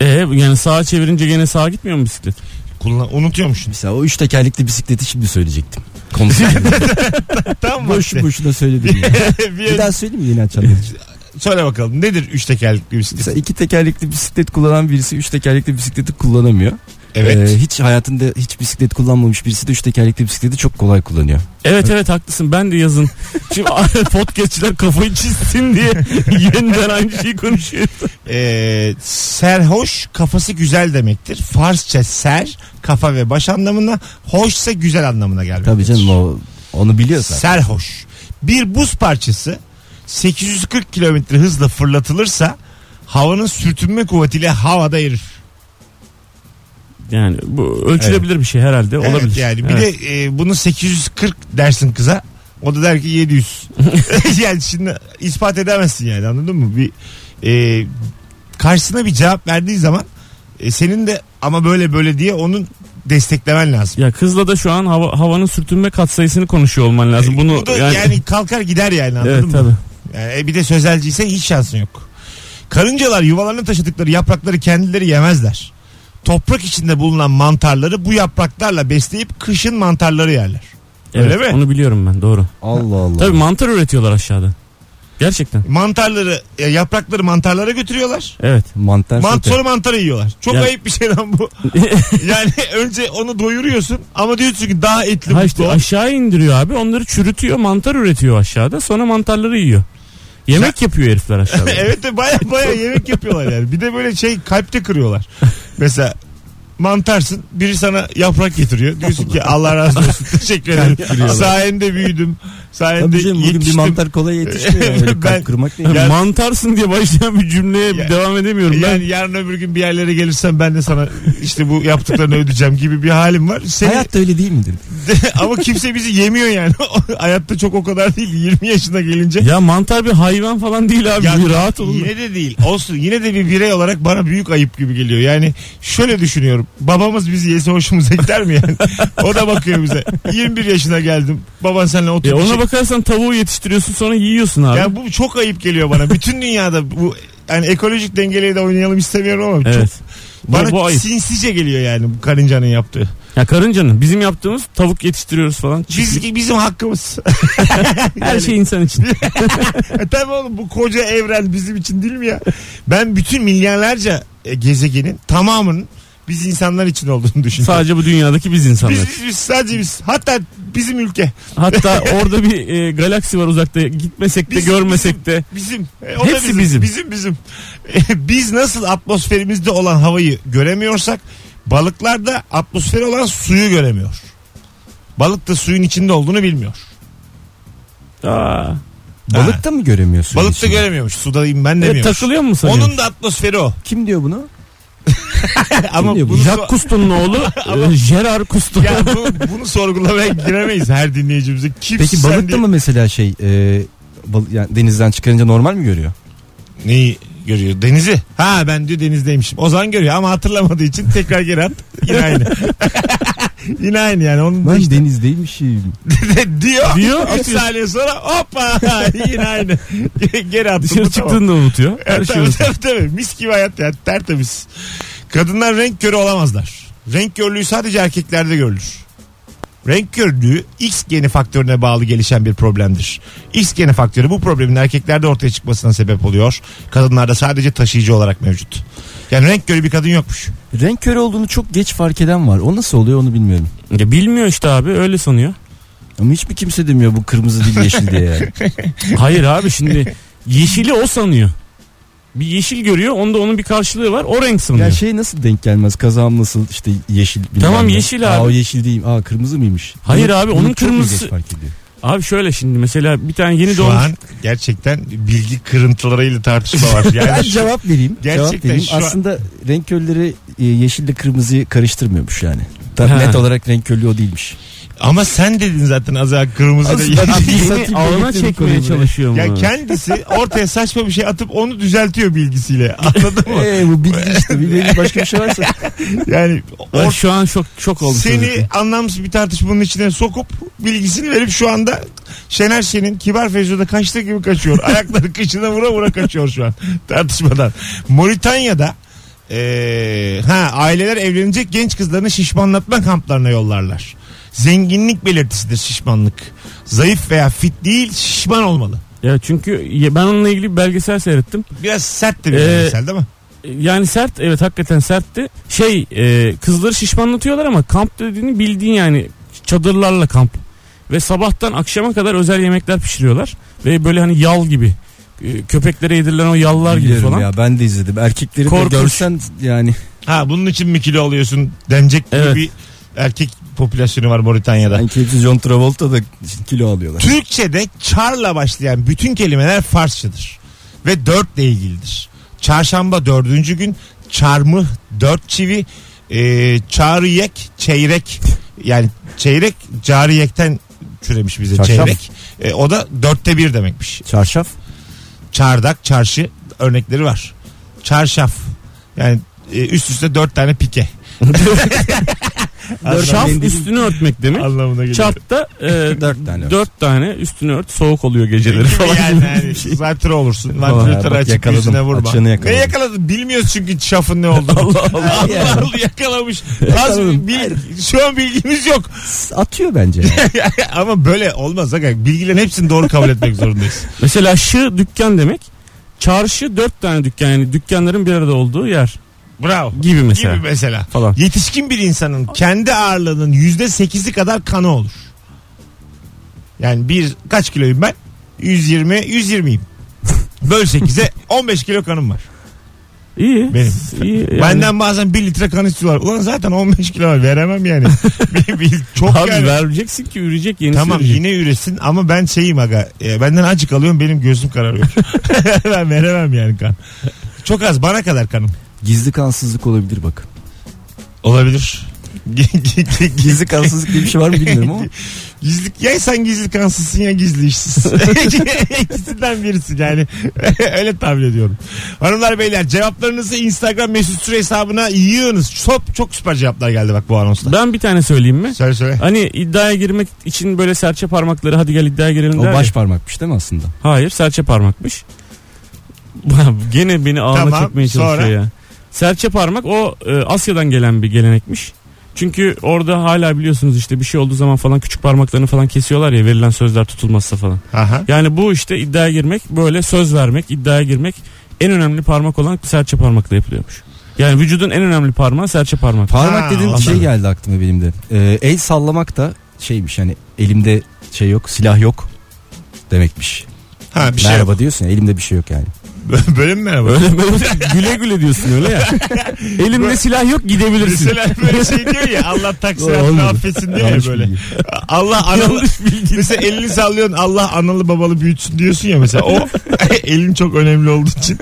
C: Ee, yani sağa çevirince gene sağa gitmiyor mu bisiklet?
B: Kullan unutuyormuşsun.
E: Mesela o üç tekerlekli bisikleti şimdi söyleyecektim. Konusu
B: Tamam mı?
E: boşu boşuna söyledim. ya.
B: Bir-
E: Bir daha söyleyeyim mi yeni açanlar için?
B: Söyle bakalım nedir üç tekerlekli bisiklet?
E: Mesela iki tekerlekli bisiklet kullanan birisi üç tekerlekli bisikleti kullanamıyor.
B: Evet.
E: Ee, hiç hayatında hiç bisiklet kullanmamış birisi de üç tekerlekli bisikleti çok kolay kullanıyor.
C: Evet evet haklısın ben de yazın. Şimdi podcastçiler kafayı çizsin diye yeniden aynı şeyi konuşuyor.
B: Ee, serhoş kafası güzel demektir. Farsça ser kafa ve baş anlamına, hoşsa güzel anlamına gelmektir.
E: Tabii canım o onu biliyorsan.
B: Serhoş. Bir buz parçası 840 kilometre hızla fırlatılırsa havanın sürtünme kuvvetiyle havada erir.
C: Yani bu ölçülebilir bir şey herhalde
B: Evet,
C: olabilir.
B: Yani bir
C: Evet.
B: de e, bunu 840 dersin kıza. O da der ki 700. yani şimdi ispat edemezsin yani anladın mı? Bir e, karşısına bir cevap verdiği zaman e, senin de ama böyle böyle diye onun desteklemen lazım.
C: ya kızla da şu an hava, havanın sürtünme katsayısını konuşuyor olman lazım. Bunu
B: E, Bu da yani,
C: yani,
B: kalkar gider yani anladın
C: evet
B: mı?
C: tabii.
B: Yani, e, bir de sözelciyse hiç şansın yok. Karıncalar yuvalarına taşıdıkları yaprakları kendileri yemezler. Toprak içinde bulunan mantarları bu yapraklarla besleyip kışın mantarları yerler. Öyle
C: Evet,
B: mi?
C: Onu biliyorum ben doğru.
E: Allah Allah.
C: Tabii mantar üretiyorlar aşağıda. Gerçekten.
B: Mantarları e, yaprakları mantarlara götürüyorlar.
C: Evet.
E: Mantar
B: Mant
E: şoka.
B: sonra mantarı yiyorlar. Çok
C: Ya-
B: ayıp bir şey lan bu. yani önce onu doyuruyorsun ama diyorsun ki daha etli
C: Ha
B: bu
C: işte
B: doğal.
C: aşağı indiriyor abi onları çürütüyor mantar üretiyor aşağıda sonra mantarları yiyor. Yemek yapıyor herifler aşağıda.
B: evet de baya baya yemek yapıyorlar yani. Bir de böyle şey kalpte kırıyorlar. Mesela mantarsın biri sana yaprak getiriyor. Diyorsun ki Allah razı olsun teşekkür ederim. Sayende büyüdüm. Sayende
E: Tabii canım bugün bir
B: yetiştim.
E: mantar kolay yetişmiyor. ya. Öyle
B: Ben-
E: kalp kırmak değil.
C: Yani
B: Ya-
C: Mantarsın diye başlayan bir cümleye
B: Ya-
C: devam edemiyorum. Ben
B: Yani yarın öbür gün bir yerlere gelirsen ben de sana işte bu yaptıklarını ödeyeceğim gibi bir halim var. Seni,
E: Hayat da öyle değil midir?
B: Ama kimse bizi yemiyor yani. Hayatta çok o kadar değil. 20 yaşına gelince.
C: ya mantar bir hayvan falan değil abi.
B: Ya
C: bir rahat olun. E
B: Yine de değil. Olsun. Yine de bir birey olarak bana büyük ayıp gibi geliyor. Yani şöyle düşünüyorum. Babamız bizi yese hoşumuza gider mi yani? o da bakıyor bize. 21 yaşına geldim. Baban seninle otur.
C: Ya
B: bir
C: E, ona
B: şey-
C: bakarsan tavuğu yetiştiriyorsun sonra yiyorsun abi.
B: Ya bu çok ayıp geliyor bana. Bütün dünyada bu yani ekolojik dengeleri de oynayalım istemiyorum ama çok
C: evet. Bu,
B: bana
C: bu ayıp.
B: sinsice geliyor yani bu karıncanın yaptığı.
C: Ya karıncanın bizim yaptığımız tavuk yetiştiriyoruz falan. Çiftlik.
B: Biz, bizim hakkımız.
C: Her şey insan için.
B: E tabii oğlum bu koca evren bizim için değil mi ya? Ben bütün milyarlarca e, gezegenin tamamının biz insanlar için olduğunu düşünüyorum.
C: Sadece bu dünyadaki biz insanlar.
B: Biz, biz, biz, sadece biz. Hatta bizim ülke.
C: Hatta orada bir e, galaksi var uzakta gitmesek de
B: Biz-
C: görmesek de.
B: Bizim. E,
C: Hepsi bizim.
B: Bizim bizim. E, biz nasıl atmosferimizde olan havayı göremiyorsak balıklar da atmosferi olan suyu göremiyor. Balık da suyun içinde olduğunu bilmiyor.
C: Aa.
E: Balık da mı göremiyorsun?
B: Balık da
E: içinde?
B: göremiyormuş. Sudayım ben
C: E,
B: demiyormuş.
C: takılıyor mu sanıyorsun?
B: Onun da atmosferi o.
E: Kim diyor bunu?
B: Ama
E: diyor bu?
B: bunu-
C: Jacques Cousteau'nun oğlu e, Gerard Cousteau.
B: Ya bu, bunu sorgulamaya giremeyiz her dinleyicimize. Kimsin
E: Peki
B: sen
E: balık da
B: diye-
E: mı mesela şey e, bal- yani denizden çıkarınca normal mi görüyor?
B: Neyi görüyor? Denizi. Ha ben diyor denizdeymişim. Ozan görüyor ama hatırlamadığı için tekrar geri at. Yine aynı. Yine aynı yani. Onun da
E: Ben
B: işte
E: deniz değilmişim.
B: diyor.
C: Diyor,
B: Üç
C: atıyor.
B: saniye sonra hoppa yine aynı. geri attım.
C: Dışarı
B: bu tamam.
C: çıktığında unutuyor. Her
B: Evet,
C: şeyi
B: tabii,
C: unutuyor.
B: tabii, tabii. Mis gibi hayat ya. Tertemiz. Kadınlar renk körü olamazlar. Renk körlüğü sadece erkeklerde görülür. Renk körlüğü X geni faktörüne bağlı gelişen bir problemdir. X geni faktörü bu problemin erkeklerde ortaya çıkmasına sebep oluyor. Kadınlarda sadece taşıyıcı olarak mevcut. Yani renk körü bir kadın yokmuş.
E: Renk körü olduğunu çok geç fark eden var. O nasıl oluyor onu bilmiyorum.
C: Ya bilmiyor işte abi öyle sanıyor.
E: Ama hiç mi kimse demiyor bu kırmızı değil yeşil diye yani.
C: Hayır abi şimdi yeşili o sanıyor. Bir yeşil görüyor onda onun bir karşılığı var o renk sanıyor.
E: Ya şey nasıl denk gelmez kazağım nasıl işte yeşil bilmem
C: Tamam,
E: ne.
C: yeşil
E: Aa,
C: abi.
E: o yeşil değil aa kırmızı mıymış?
C: Hayır
E: Bunu-
C: abi,
E: bunu
C: onun
E: çok mu
C: kırmızısı-
E: geç fark ediyor?
C: Abi şöyle şimdi mesela bir tane yeni
B: Şu
C: doğmuş.
B: an gerçekten bilgi kırıntılarıyla tartışma var.
E: Ben
B: Yani şu-
E: cevap vereyim.
B: Gerçekten
E: cevap vereyim.
B: şu an-
E: Aslında renk körleri e, yeşille kırmızıyı karıştırmıyormuş yani. Tabii
C: Ha.
E: net olarak renk körlüğü o değilmiş.
B: ama sen dedin zaten az evvel kırmızı da
E: Aslında-
B: yeşil.
E: Satayım,
C: Beni alana
E: belirtelim
C: çekmeye
E: konuyu buraya.
C: çalışıyor mu?
B: Ya kendisi ortaya saçma bir şey atıp onu düzeltiyor bilgisiyle. Anladın mı?
E: Ee, bu bilgi işte. Bilmediğin başka bir şey varsa.
B: Yani
C: Ben
B: or-
C: şu an şok şok oldum.
B: seni
C: sözlükle.
B: anlamsız bir tartışmanın içine sokup bilgisini verip şu anda Şener Şen'in Kibar Feyzo'da kaçtığı gibi kaçıyor. Ayakları kışına vura vura kaçıyor şu an tartışmadan. Moritanya'da eee, ha aileler evlenecek genç kızlarını şişmanlatma kamplarına yollarlar. Zenginlik belirtisidir şişmanlık. Zayıf veya fit değil şişman olmalı.
C: Ya çünkü ya ben onunla ilgili bir belgesel seyrettim.
B: Biraz sertti
C: Ee,
B: bir belgesel değil mi?
C: Yani sert evet hakikaten sertti. Şey e, kızları şişmanlatıyorlar ama kamp dediğini bildiğin yani çadırlarla kamp. Ve sabahtan akşama kadar özel yemekler pişiriyorlar. Ve böyle hani yal gibi e, köpeklere yedirilen o yallar gibi
E: Biliyorum
C: falan.
E: ya ben de izledim. Erkekleri
C: Korkunç.
E: de görsen yani.
B: Ha bunun için mi kilo alıyorsun denecek
C: Evet.
B: gibi bir erkek popülasyonu var Moritanya'da.
E: Sanki hepsi John Travolta'da kilo alıyorlar.
B: Türkçe'de çarla başlayan bütün kelimeler Farsçadır. Ve dörtle ilgilidir. Çarşamba dördüncü gün çarmı dört çivi e, çağrıyek çeyrek yani çeyrek cariyekten türemiş bize
E: Çarşaf.
B: çeyrek. E, o da dörtte bir demekmiş.
E: Çarşaf.
B: Çardak çarşı örnekleri var. Çarşaf yani e, üst üste dört tane pike.
E: Dört
C: Şaf
E: mendilin-
C: üstünü örtmek demek.
B: Anlamına geliyor.
C: Çapta e,
E: Ee, Dört tane.
C: dört tane üstünü ört soğuk oluyor geceleri
B: Gibi
C: falan.
B: yani, yani zatürre olursun. Vantilatör
E: Bak
B: açık
E: yakaladım.
B: yüzüne vurma.
E: Açığını yakaladım.
B: Ne yakaladın? Bilmiyoruz çünkü çafın ne olduğunu. Allah Allah. yakalamış. Az
E: Yakaladım.
B: bil, şu an bilgimiz yok.
E: Atıyor bence.
B: Ama böyle olmaz. Aga. Bilgilerin hepsini doğru kabul etmek zorundayız.
C: Mesela şı dükkan demek. Çarşı dört tane dükkan yani dükkanların bir arada olduğu yer
B: Bravo.
C: gibi mesela.
B: Gibi mesela.
C: Falan.
B: Yetişkin bir insanın kendi ağırlığının yüzde sekizi kadar kanı olur. Yani bir kaç kiloyum ben? 120, 120'yim. Böl 8'e 15 kilo kanım var.
C: İyi.
B: Benim.
C: İyi yani.
B: Benden bazen 1 litre kan istiyorlar. Ulan zaten 15 kilo var veremem yani. Bir- bir- Çok
C: Abi
B: yani.
C: vereceksin ki ürecek yenisi
B: Tamam
C: ürecek.
B: yine üresin ama ben şeyim aga. E, benden acık alıyorum benim gözüm kararıyor. ben veremem yani kan. Çok az bana kadar kanım.
E: Gizli kansızlık olabilir bak.
B: Olabilir.
E: Gizli kansızlık diye bir şey var mı bilmiyorum ama.
B: gizli, ya sen gizli kansızsın ya gizli işsiz. İkisinden birisin yani. Öyle tahmin ediyorum. Hanımlar beyler cevaplarınızı Instagram mesut süre hesabına yığınız. Çok, çok süper cevaplar geldi bak bu anonsla.
C: Ben bir tane söyleyeyim mi?
B: Söyle söyle.
C: Hani iddiaya girmek için böyle serçe parmakları hadi gel iddiaya girelim
E: O
C: der ya.
E: baş parmakmış değil mi aslında?
C: Hayır serçe parmakmış. Gene beni ağına
B: Tamam,
C: çekmeye çalışıyor
B: sonra?
C: ya. Serçe parmak o e, Asya'dan gelen bir gelenekmiş. Çünkü orada hala biliyorsunuz işte bir şey olduğu zaman falan küçük parmaklarını falan kesiyorlar ya verilen sözler tutulmazsa falan.
B: Aha.
C: Yani bu işte iddiaya girmek böyle söz vermek iddiaya girmek en önemli parmak olan serçe parmakla yapılıyormuş. Yani vücudun en önemli parmağı serçe parmak.
E: Parmak
B: Ha,
E: dediğim
B: anladım.
E: şey geldi aklıma benim de. Ee, el sallamak da şeymiş hani elimde şey yok silah yok demekmiş.
B: Ha bir şey
E: Merhaba diyorsun ya elimde bir şey yok yani.
B: Bö- Böyle mi merhaba?
C: Öyle böyle güle güle diyorsun öyle ya. Elimde silah yok gidebilirsin.
B: Mesela böyle şey diyor ya Allah taksiratını
E: Olmadı.
B: affetsin diyor ya
E: Yanlış
B: böyle.
E: bilgi.
B: Allah analı mesela elini sallıyorsun Allah analı babalı büyütsün diyorsun ya mesela o elin çok önemli olduğu için.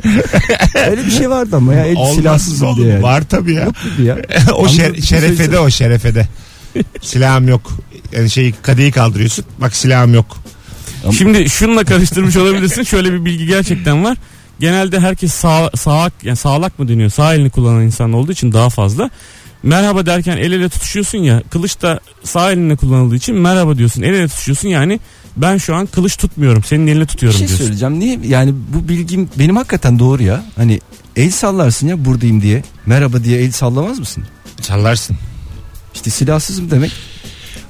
E: Öyle bir şey vardı ama ya el
B: Olmaz
E: silahsızım
B: oğlum,
E: diye yani.
B: Var tabii ya.
E: Yok gibi ya.
B: o şer-
E: Anladım, bir şey
B: şerefede
E: söylesene.
B: o şerefede. Silahım yok. Yani şey kadeyi kaldırıyorsun. Bak silahım yok.
C: Şimdi şununla karıştırmış olabilirsin. Şöyle bir bilgi gerçekten var. Genelde herkes sağ, sağak yani sağlak mı deniyor? Sağ elini kullanan insan olduğu için daha fazla. Merhaba derken el ele tutuşuyorsun ya. Kılıç da sağ elinle kullanıldığı için merhaba diyorsun. El ele tutuşuyorsun yani ben şu an kılıç tutmuyorum. Senin elini
E: Bir
C: tutuyorum
E: şey
C: diyorsun.
E: söyleyeceğim. Niye? Yani bu bilgim benim hakikaten doğru ya. Hani el sallarsın ya buradayım diye. Merhaba diye el sallamaz mısın?
B: Sallarsın.
E: İşte silahsızım demek.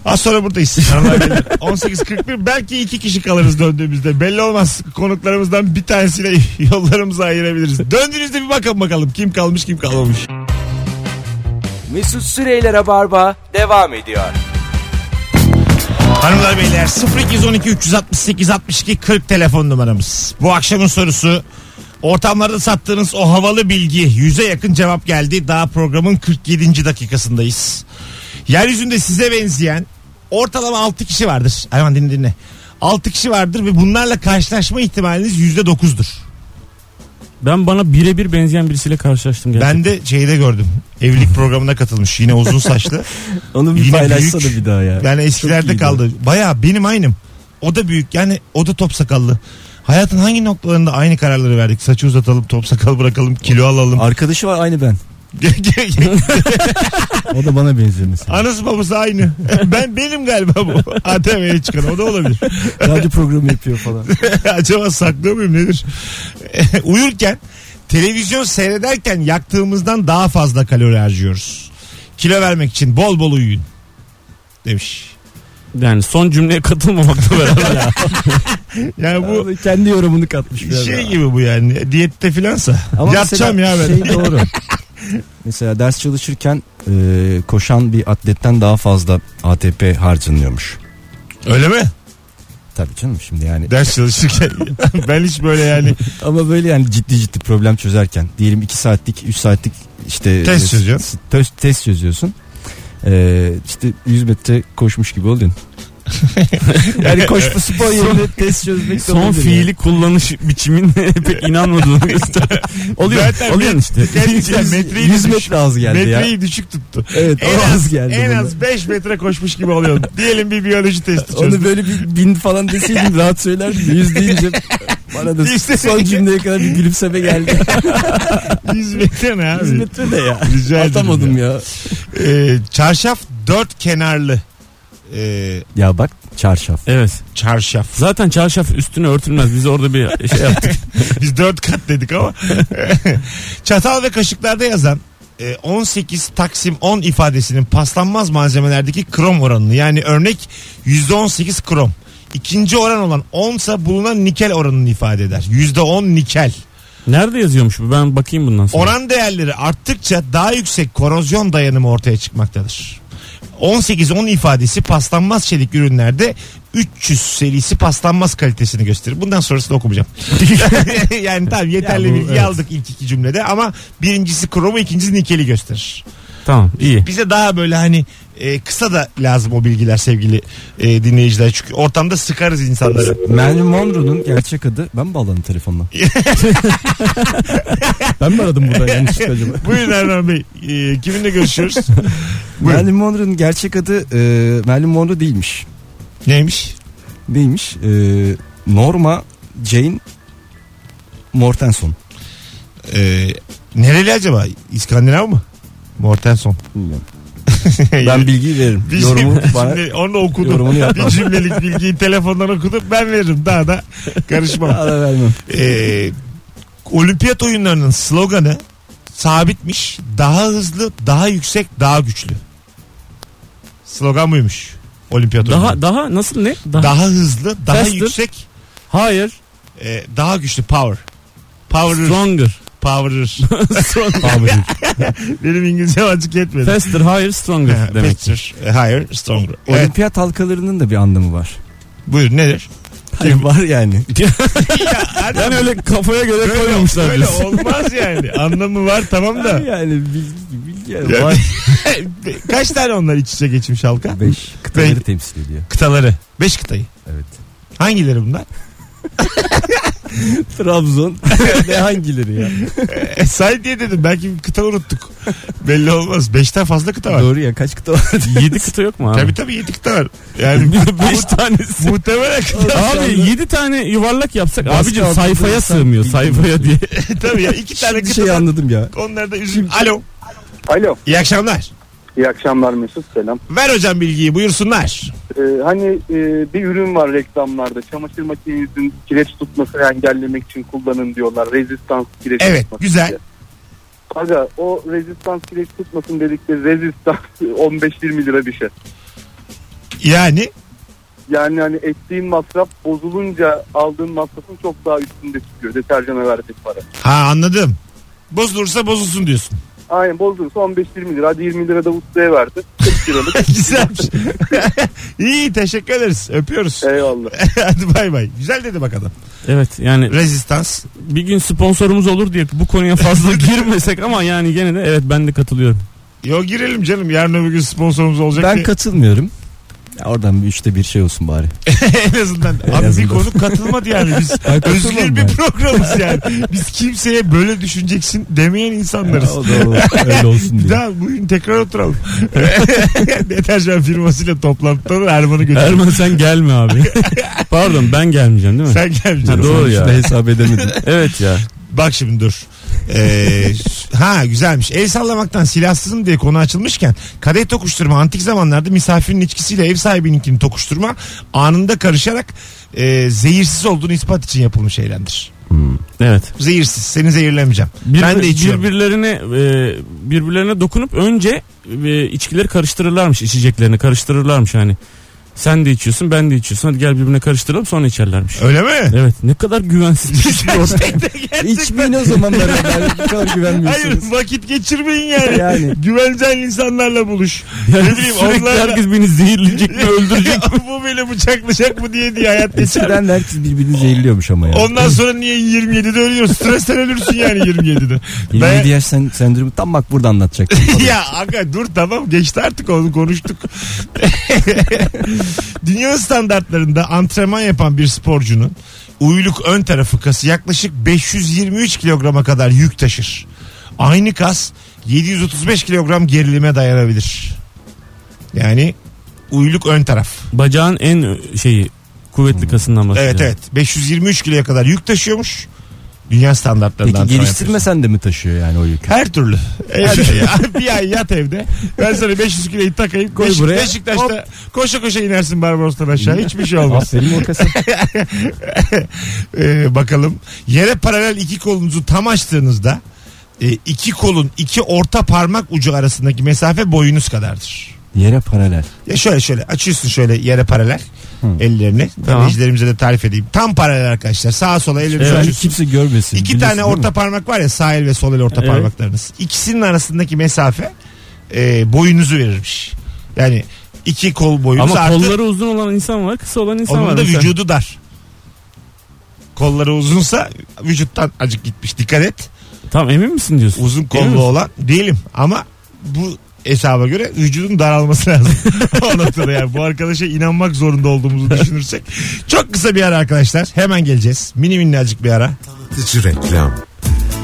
B: Az sonra buradayız. Hanımlar, beyler. 18.41 belki iki kişi kalırız döndüğümüzde. Belli olmaz. Konuklarımızdan bir tanesiyle yollarımızı ayırabiliriz. Döndüğünüzde bir bakın bakalım kim kalmış kim kalmamış.
A: Mesut Süreyler'e barba devam ediyor.
B: Hanımlar beyler 0212 368 62 40 telefon numaramız. Bu akşamın sorusu ortamlarda sattığınız o havalı bilgi yüze yakın cevap geldi. Daha programın 47. dakikasındayız. Yeryüzünde size benzeyen ortalama 6 kişi vardır. Erman dinle dinle. 6 kişi vardır ve bunlarla karşılaşma ihtimaliniz %9'dur.
C: Ben bana birebir benzeyen birisiyle karşılaştım gerçekten.
B: Ben de şeyde gördüm. Evlilik programına katılmış. Yine uzun saçlı.
E: Onu bir
B: Yine
E: paylaşsana
B: büyük.
E: bir daha ya.
B: Yani eskilerde
E: iyiydi.
B: kaldı. Baya benim aynım. O da büyük. Yani o da top sakallı. Hayatın hangi noktalarında aynı kararları verdik? Saçı uzatalım, top sakal bırakalım, kilo alalım.
E: Arkadaşı var aynı ben. O da bana benziyor mesela.
B: Anası babası aynı. ben benim galiba bu. ATV'ye çıkan o da olabilir.
E: Radyo programı yapıyor falan.
B: Acaba saklıyor muyum nedir? Uyurken televizyon seyrederken yaktığımızdan daha fazla kalori harcıyoruz. Kilo vermek için bol bol uyuyun. Demiş.
C: Yani son cümleye katılmamakla beraber.
B: Yani bu
E: Bu kendi yorumunu katmış biraz.
B: şey
E: daha.
B: gibi bu yani. Diyette filansa.
E: Ama
B: Yatacağım
E: mesela
B: ya ben.
E: Şey doğru. mesela ders çalışırken e, koşan bir atletten daha fazla ATP harcanıyormuş.
B: Öyle mi?
E: Tabii canım şimdi yani.
B: Ders çalışırken. ben hiç böyle yani
E: Ama böyle yani ciddi ciddi problem çözerken diyelim 2 saatlik 3 saatlik işte
B: Test
E: e,
B: çözüyorsun.
E: s- test, test çözüyorsun. Ee, işte 100 metre koşmuş gibi oluyorsun. yani koşma spor yerine test çözmek
C: son
E: olabilir
C: fiili kullanış biçimin pek inanmadığını göster. Oluyor,
B: Zaten
C: oluyor işte.
E: yani.
B: gerçekten metreyi
E: 100
B: düşmüş.
E: metre az geldi ya.
B: Metreyi düşük tuttu.
E: Evet
B: En
E: o az
B: az,
E: geldi.
B: en
E: bana.
B: az 5 metre koşmuş gibi oluyor. Diyelim bir biyoloji testi çözdün.
E: Onu böyle bir bin falan deseydin rahat söylerdin. Yüz deyince bana da
B: İşte-
E: son cümleye kadar bir gülümseme geldi.
B: 100 metre ne abi?
E: 100 metre de ya.
B: Rica ederim
E: Atamadım
B: ya.
E: ya.
B: Ee, çarşaf dört kenarlı. Ee,
E: Ya bak çarşaf.
C: Evet.
B: çarşaf.
C: Zaten çarşaf üstüne örtülmez. Biz orada bir şey yaptık.
B: Biz dört kat dedik ama. Çatal ve kaşıklarda yazan e, 18 Taksim 10 ifadesinin paslanmaz malzemelerdeki krom oranını yani örnek %18 krom. İkinci oran olan 10 sa bulunan nikel oranını ifade eder. %10 nikel.
C: Nerede yazıyormuş bu? Ben bakayım bundan sonra.
B: Oran değerleri arttıkça daha yüksek korozyon dayanımı ortaya çıkmaktadır. 18-10 ifadesi paslanmaz çelik ürünlerde 300 serisi paslanmaz kalitesini gösterir. Bundan sonrasını okumayacağım. yani tamam yeterli
E: Ya bu,
B: bilgi
E: evet.
B: aldık ilk iki cümlede ama birincisi kromu ikincisi nikeli gösterir.
C: Tamam iyi.
B: Bize daha böyle hani e, kısa da lazım o bilgiler sevgili e, dinleyiciler. Çünkü ortamda sıkarız insanları.
E: Marilyn Monroe'nun gerçek adı ben mi bağladım telefonla? ben mi aradım burada yanlışlıkla acaba?
B: Buyurun Erman Bey. E, kiminle görüşüyoruz? Buyurun.
E: Marilyn Monroe'nun gerçek adı e, Marilyn Monroe değilmiş.
B: Neymiş?
E: Neymiş? E, Norma Jane Mortenson.
B: Ee, nereli acaba? İskandinav mı? Mortenson.
E: Bilmiyorum. Ben bilgiyi veririm.
B: Bir
E: Yorumu
B: cümle-
E: bana
B: cümle- onu okudum.
E: yorumunu yap.
B: bir cümlelik bilgiyi telefondan okudum. Ben veririm. Daha da karışmam.
E: ara vermem.
B: Ee, olimpiyat oyunlarının sloganı sabitmiş. Daha hızlı, daha yüksek, daha güçlü. Slogan buymuş. Olimpiyat oyunları.
C: Daha daha nasıl ne? Daha.
B: Daha hızlı, daha
C: Faster.
B: yüksek,
C: Hayır.
B: e, daha güçlü power. Powerer,
C: Stronger.
B: powerer.
C: stronger.
B: Benim İngilizce azıcık yetmedi.
C: Faster, higher, stronger demek.
B: Faster, higher, stronger. Evet,
E: Olimpiyat halkalarının da bir anlamı var.
B: buyur nedir?
E: Hayır var yani.
B: ya, hadi
C: Yani öyle kafaya göre
B: Böyle-
C: koymamışlar
B: böyle
C: diyorsun.
B: olmaz yani. Anlamı var tamam da.
E: Yani bilgi, bilgi yani
B: Ya-
E: var.
B: Kaç tane onlar iç içe geçmiş halka?
E: Beş kıtaları
B: Ben-
E: temsil ediyor.
B: Kıtaları. Beş kıtayı.
E: Evet.
B: Hangileri bunlar?
E: Trabzon ve hangileri ya?
B: E, say diye dedim. Belki bir kıta unuttuk. Belli olmaz. Beşten fazla kıta var.
E: Doğru ya kaç kıta var?
C: 7 kıta yok mu abi?
B: Tabii tabii yedi kıta var. Yani
C: 5 tanesi.
B: muhtemelen kıta.
C: Abi 7 tane yuvarlak yapsak
E: Baskı
C: abicim
E: altında
C: sayfaya
E: insan
C: sığmıyor
E: bildiğin
C: sayfaya diye.
B: tabii ya. iki tane
E: Şimdi
B: kıta
E: şey
B: var.
E: anladım ya.
B: Onlar da üzüm. Alo.
F: Alo
B: İyi akşamlar.
F: iyi akşamlar Mesut selam.
B: Ver hocam bilgiyi buyursunlar.
F: Ee, hani e, bir ürün var reklamlarda çamaşır makinenizin kireç tutmasını engellemek için kullanın diyorlar. Rezistans kireç
B: Evet,
F: tutması
B: güzel.
F: diye. Aga o rezistans kireç tutmasın dedikleri rezistans 15-20 lira bir şey.
B: Yani
F: Yani hani ettiğin masraf bozulunca aldığın masrafın çok daha üstünde çıkıyor deterjana verdiğin para.
B: ha anladım. Bozulursa bozulsun diyorsun.
F: Aynen bozulursa 15-20 lira. Hadi 20 lira da ustaya verdi. 40 liralık.
B: Güzelmiş. İyi teşekkür ederiz. Öpüyoruz.
F: Eyvallah.
B: Hadi bay bay. Güzel dedi bak adam.
C: Evet yani
B: Rezistans.
C: bir gün sponsorumuz olur diye bu konuya fazla girmesek ama yani gene de evet ben de katılıyorum.
B: Yo girelim canım. Yarın öbür gün sponsorumuz olacak.
E: Ben
B: diye.
E: katılmıyorum.
D: Oradan bir üçte bir şey olsun bari.
B: en azından. Abi bir
D: azından.
B: konu katılmadı yani biz. özgür bir programız yani. Biz kimseye böyle düşüneceksin demeyen insanlarız.
D: O da o- öyle olsun
B: Bir
D: diye.
B: daha bugün tekrar oturalım. Deterjan firmasıyla toplantıda da Erman'ı götürelim.
C: Erman sen gelme abi. Pardon ben gelmeyeceğim değil mi?
B: Sen gelmeyeceksin.
C: Ha, doğru
D: Şunu
C: ya.
D: hesap edemedim.
C: Evet ya.
B: Bak şimdi dur. Ee, s- ha güzelmiş. El sallamaktan silahsızım diye konu açılmışken kadeh tokuşturma antik zamanlarda misafirin içkisiyle ev sahibininkini tokuşturma anında karışarak e, zehirsiz olduğunu ispat için yapılmış eylemdir.
C: Evet.
B: Zehirsiz. Seni zehirlemeyeceğim.
C: Bir-
B: Hmm. ben de içiyorum.
C: Birbirlerine e, birbirlerine dokunup önce e, içkileri karıştırırlarmış, içeceklerini karıştırırlarmış hani. Sen de içiyorsun, ben de içiyorsun. Hadi gel birbirine karıştıralım sonra içerlermiş.
B: Öyle mi?
C: Evet. Ne kadar güvensiz bir şey.
D: İçmeyin o zaman beraber. Bu kadar
B: Hayır
D: güvenmiyorsunuz.
B: vakit geçirmeyin yani.
D: Yani.
B: Güveneceğin insanlarla buluş.
C: Yani
B: bileyim,
C: sürekli
B: onlarla-
C: herkes beni zehirleyecek mi, öldürecek E, mi?
B: bu beni bıçaklayacak mı diye diye hayat geçer.
D: Eskiden de herkes birbirini zehirliyormuş ama ya.
B: Ondan sonra niye 27'de ölüyorsun? Stresten ölürsün yani 27'de.
D: 27 yaş sen, sendromu tam bak burada anlatacaktım.
B: Ben... ya aga dur tamam geçti artık onu konuştuk. Dünya standartlarında antrenman yapan bir sporcunun uyluk ön tarafı kası yaklaşık 523 kilograma kadar yük taşır. Aynı kas 735 kilogram gerilime dayanabilir. Yani uyluk ön taraf.
C: Bacağın en ö- şeyi kuvvetli kasından bahsediyor.
B: Hmm. Evet evet. 523 kiloya kadar yük taşıyormuş. Dünya standartlarından.
D: Peki
B: antrenman
D: geliştirmesen de mi taşıyor yani o yükü?
B: Her türlü. Evde ya. bir ay yat evde. Ben sana 500 kiloyu takayım.
D: Koy
B: Beşik-
D: buraya.
B: Beşiktaş'ta koşa koşa inersin Barbaros'tan aşağı. Hiçbir şey olmaz.
D: Aferin o kasa.
B: Ee, bakalım. Yere paralel iki kolunuzu tam açtığınızda e, iki kolun iki orta parmak ucu arasındaki mesafe boyunuz kadardır.
D: Yere paralel.
B: Ya şöyle şöyle açıyorsun şöyle yere paralel ellerini.
C: Tamam.
B: Dinleyicilerimize de tarif edeyim. Tam paralel arkadaşlar. Sağa sola ellerinizi
D: Yani
B: açıyorsunuz.
D: kimse görmesin.
B: İki
D: biliyorsun
B: tane
D: değil
B: orta
D: mi?
B: parmak var ya sağ el ve sol el orta
C: Evet.
B: parmaklarınız. İkisinin arasındaki mesafe e, boyunuzu verirmiş. Yani iki kol boyunuz
C: Ama
B: artı
C: kolları uzun olan insan var, kısa olan insan var.
B: onun da
C: Mesela-
B: vücudu dar. Kolları uzunsa vücuttan acık gitmiş. Dikkat et.
C: Tamam emin misin diyorsun?
B: Uzun
C: Değil mi?
B: kollu olan değilim ama bu hesaba göre vücudun daralması lazım. o noktada yani bu arkadaşa inanmak zorunda olduğumuzu düşünürsek. Çok kısa bir ara arkadaşlar. Hemen geleceğiz. Mini minnacık bir ara.
G: Atıcı reklam.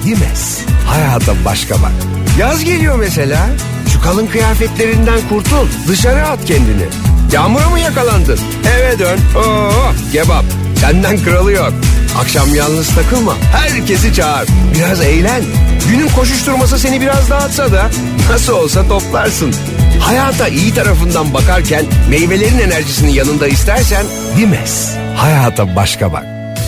H: Dimes. Hayata başka bak. Yaz geliyor mesela. Şu kalın kıyafetlerinden kurtul. Dışarı at kendini. Yağmura mı yakalandın? Eve dön. Oo, kebap. Senden kralı yok. Akşam yalnız takılma. Herkesi çağır. Biraz eğlen. Günün koşuşturması seni biraz dağıtsa da nasıl olsa toplarsın. Hayata iyi tarafından bakarken meyvelerin enerjisini yanında istersen Dimes. Hayata başka bak.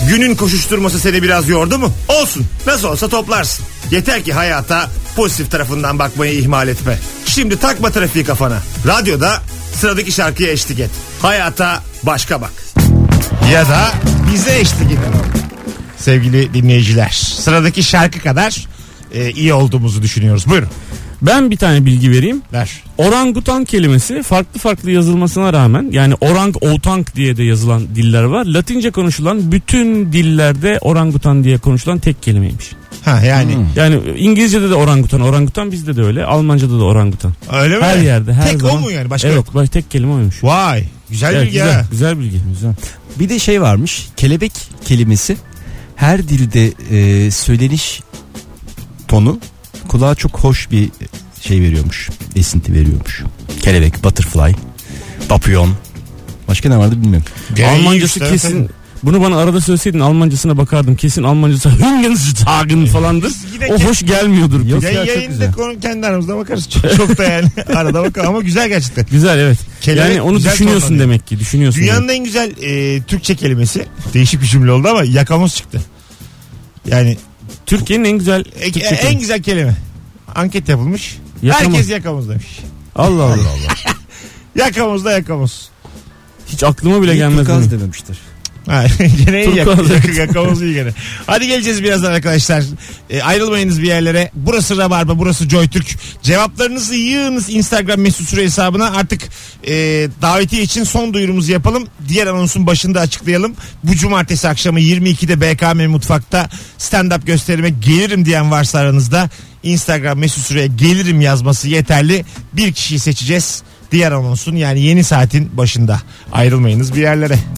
B: Günün koşuşturması seni biraz yordu mu? Olsun. Nasıl olsa toplarsın. Yeter ki hayata pozitif tarafından bakmayı ihmal etme. Şimdi takma trafiği kafana. Radyoda sıradaki şarkıya eşlik et. Hayata başka bak. Ya da bize eşlik et. Sevgili dinleyiciler, sıradaki şarkı kadar e, iyi olduğumuzu düşünüyoruz. Buyurun.
C: Ben bir tane bilgi vereyim.
B: Ver.
C: Orangutan kelimesi farklı farklı yazılmasına rağmen yani orang outank diye de yazılan diller var. Latince konuşulan bütün dillerde orangutan diye konuşulan tek kelimeymiş.
B: Ha yani
C: Yani İngilizce'de de orangutan, orangutan bizde de öyle. Almanca'da da orangutan.
B: öyle mi?
C: Her yerde, her
B: Tek
C: zaman.
B: o mu yani? Başka
C: evet,
B: yok.
C: baş- tek kelime oymuş.
B: Vay. Güzel
C: Evet,
B: bilgi
C: güzel,
B: ha.
C: güzel bilgi.
D: Güzel. Bir de şey varmış. Kelebek kelimesi her dilde e, söyleniş tonu kulağa çok hoş bir şey veriyormuş. Esinti veriyormuş. Kelebek, butterfly, papyon. Başka ne vardı bilmiyorum.
B: Gene iyiymiş,
C: Almancası
B: tabii,
C: kesin.
B: tabii.
C: Bunu bana arada söyleseydin Almancasına bakardım. Kesin Almancası Hüngenstagen falandır.
B: Yine
C: O
B: ke-
C: hoş gelmiyordur.
D: Yok
B: Ya
D: ya, çok
B: yayında
D: güzel.
B: konu kendi aramızda bakarız. Çok, çok da yani arada bakalım ama güzel gerçekten.
C: Güzel evet.
B: Kelebek
C: yani onu
B: güzel
C: düşünüyorsun
B: tonlanıyor.
C: demek ki. Düşünüyorsun.
B: Dünyanın en güzel e, Türkçe kelimesi değişik bir cümle oldu ama yakamoz çıktı. Yani
C: Türkiye'nin en güzel
B: e-
C: Türkçe
B: en
C: kelime.
B: güzel kelime. Anket yapılmış.
C: Yakamoz.
B: Herkes yakamoz demiş.
C: Allah Allah.
B: Yakamoz da yakamoz.
C: Hiç aklıma bile gelmez.
D: Turkuaz
C: benim.
D: dememiştir.
B: Ha, gene iyi
C: Turkuaz,
B: yak- yakamoz iyi gene. Hadi geleceğiz birazdan arkadaşlar. E, ayrılmayınız bir yerlere. Burası Rabarba, burası JoyTürk. Cevaplarınızı yığınız Instagram mesut süre hesabına. Artık e, davetiye için son duyurumuzu yapalım. Diğer anonsun başında açıklayalım. Bu cumartesi akşamı 22'de BKM Mutfak'ta stand-up gösterime gelirim diyen varsa aranızda Instagram mesut süreye gelirim yazması yeterli. Bir kişiyi seçeceğiz. diğer anonsun yani yeni saatin başında. Ayrılmayınız bir yerlere.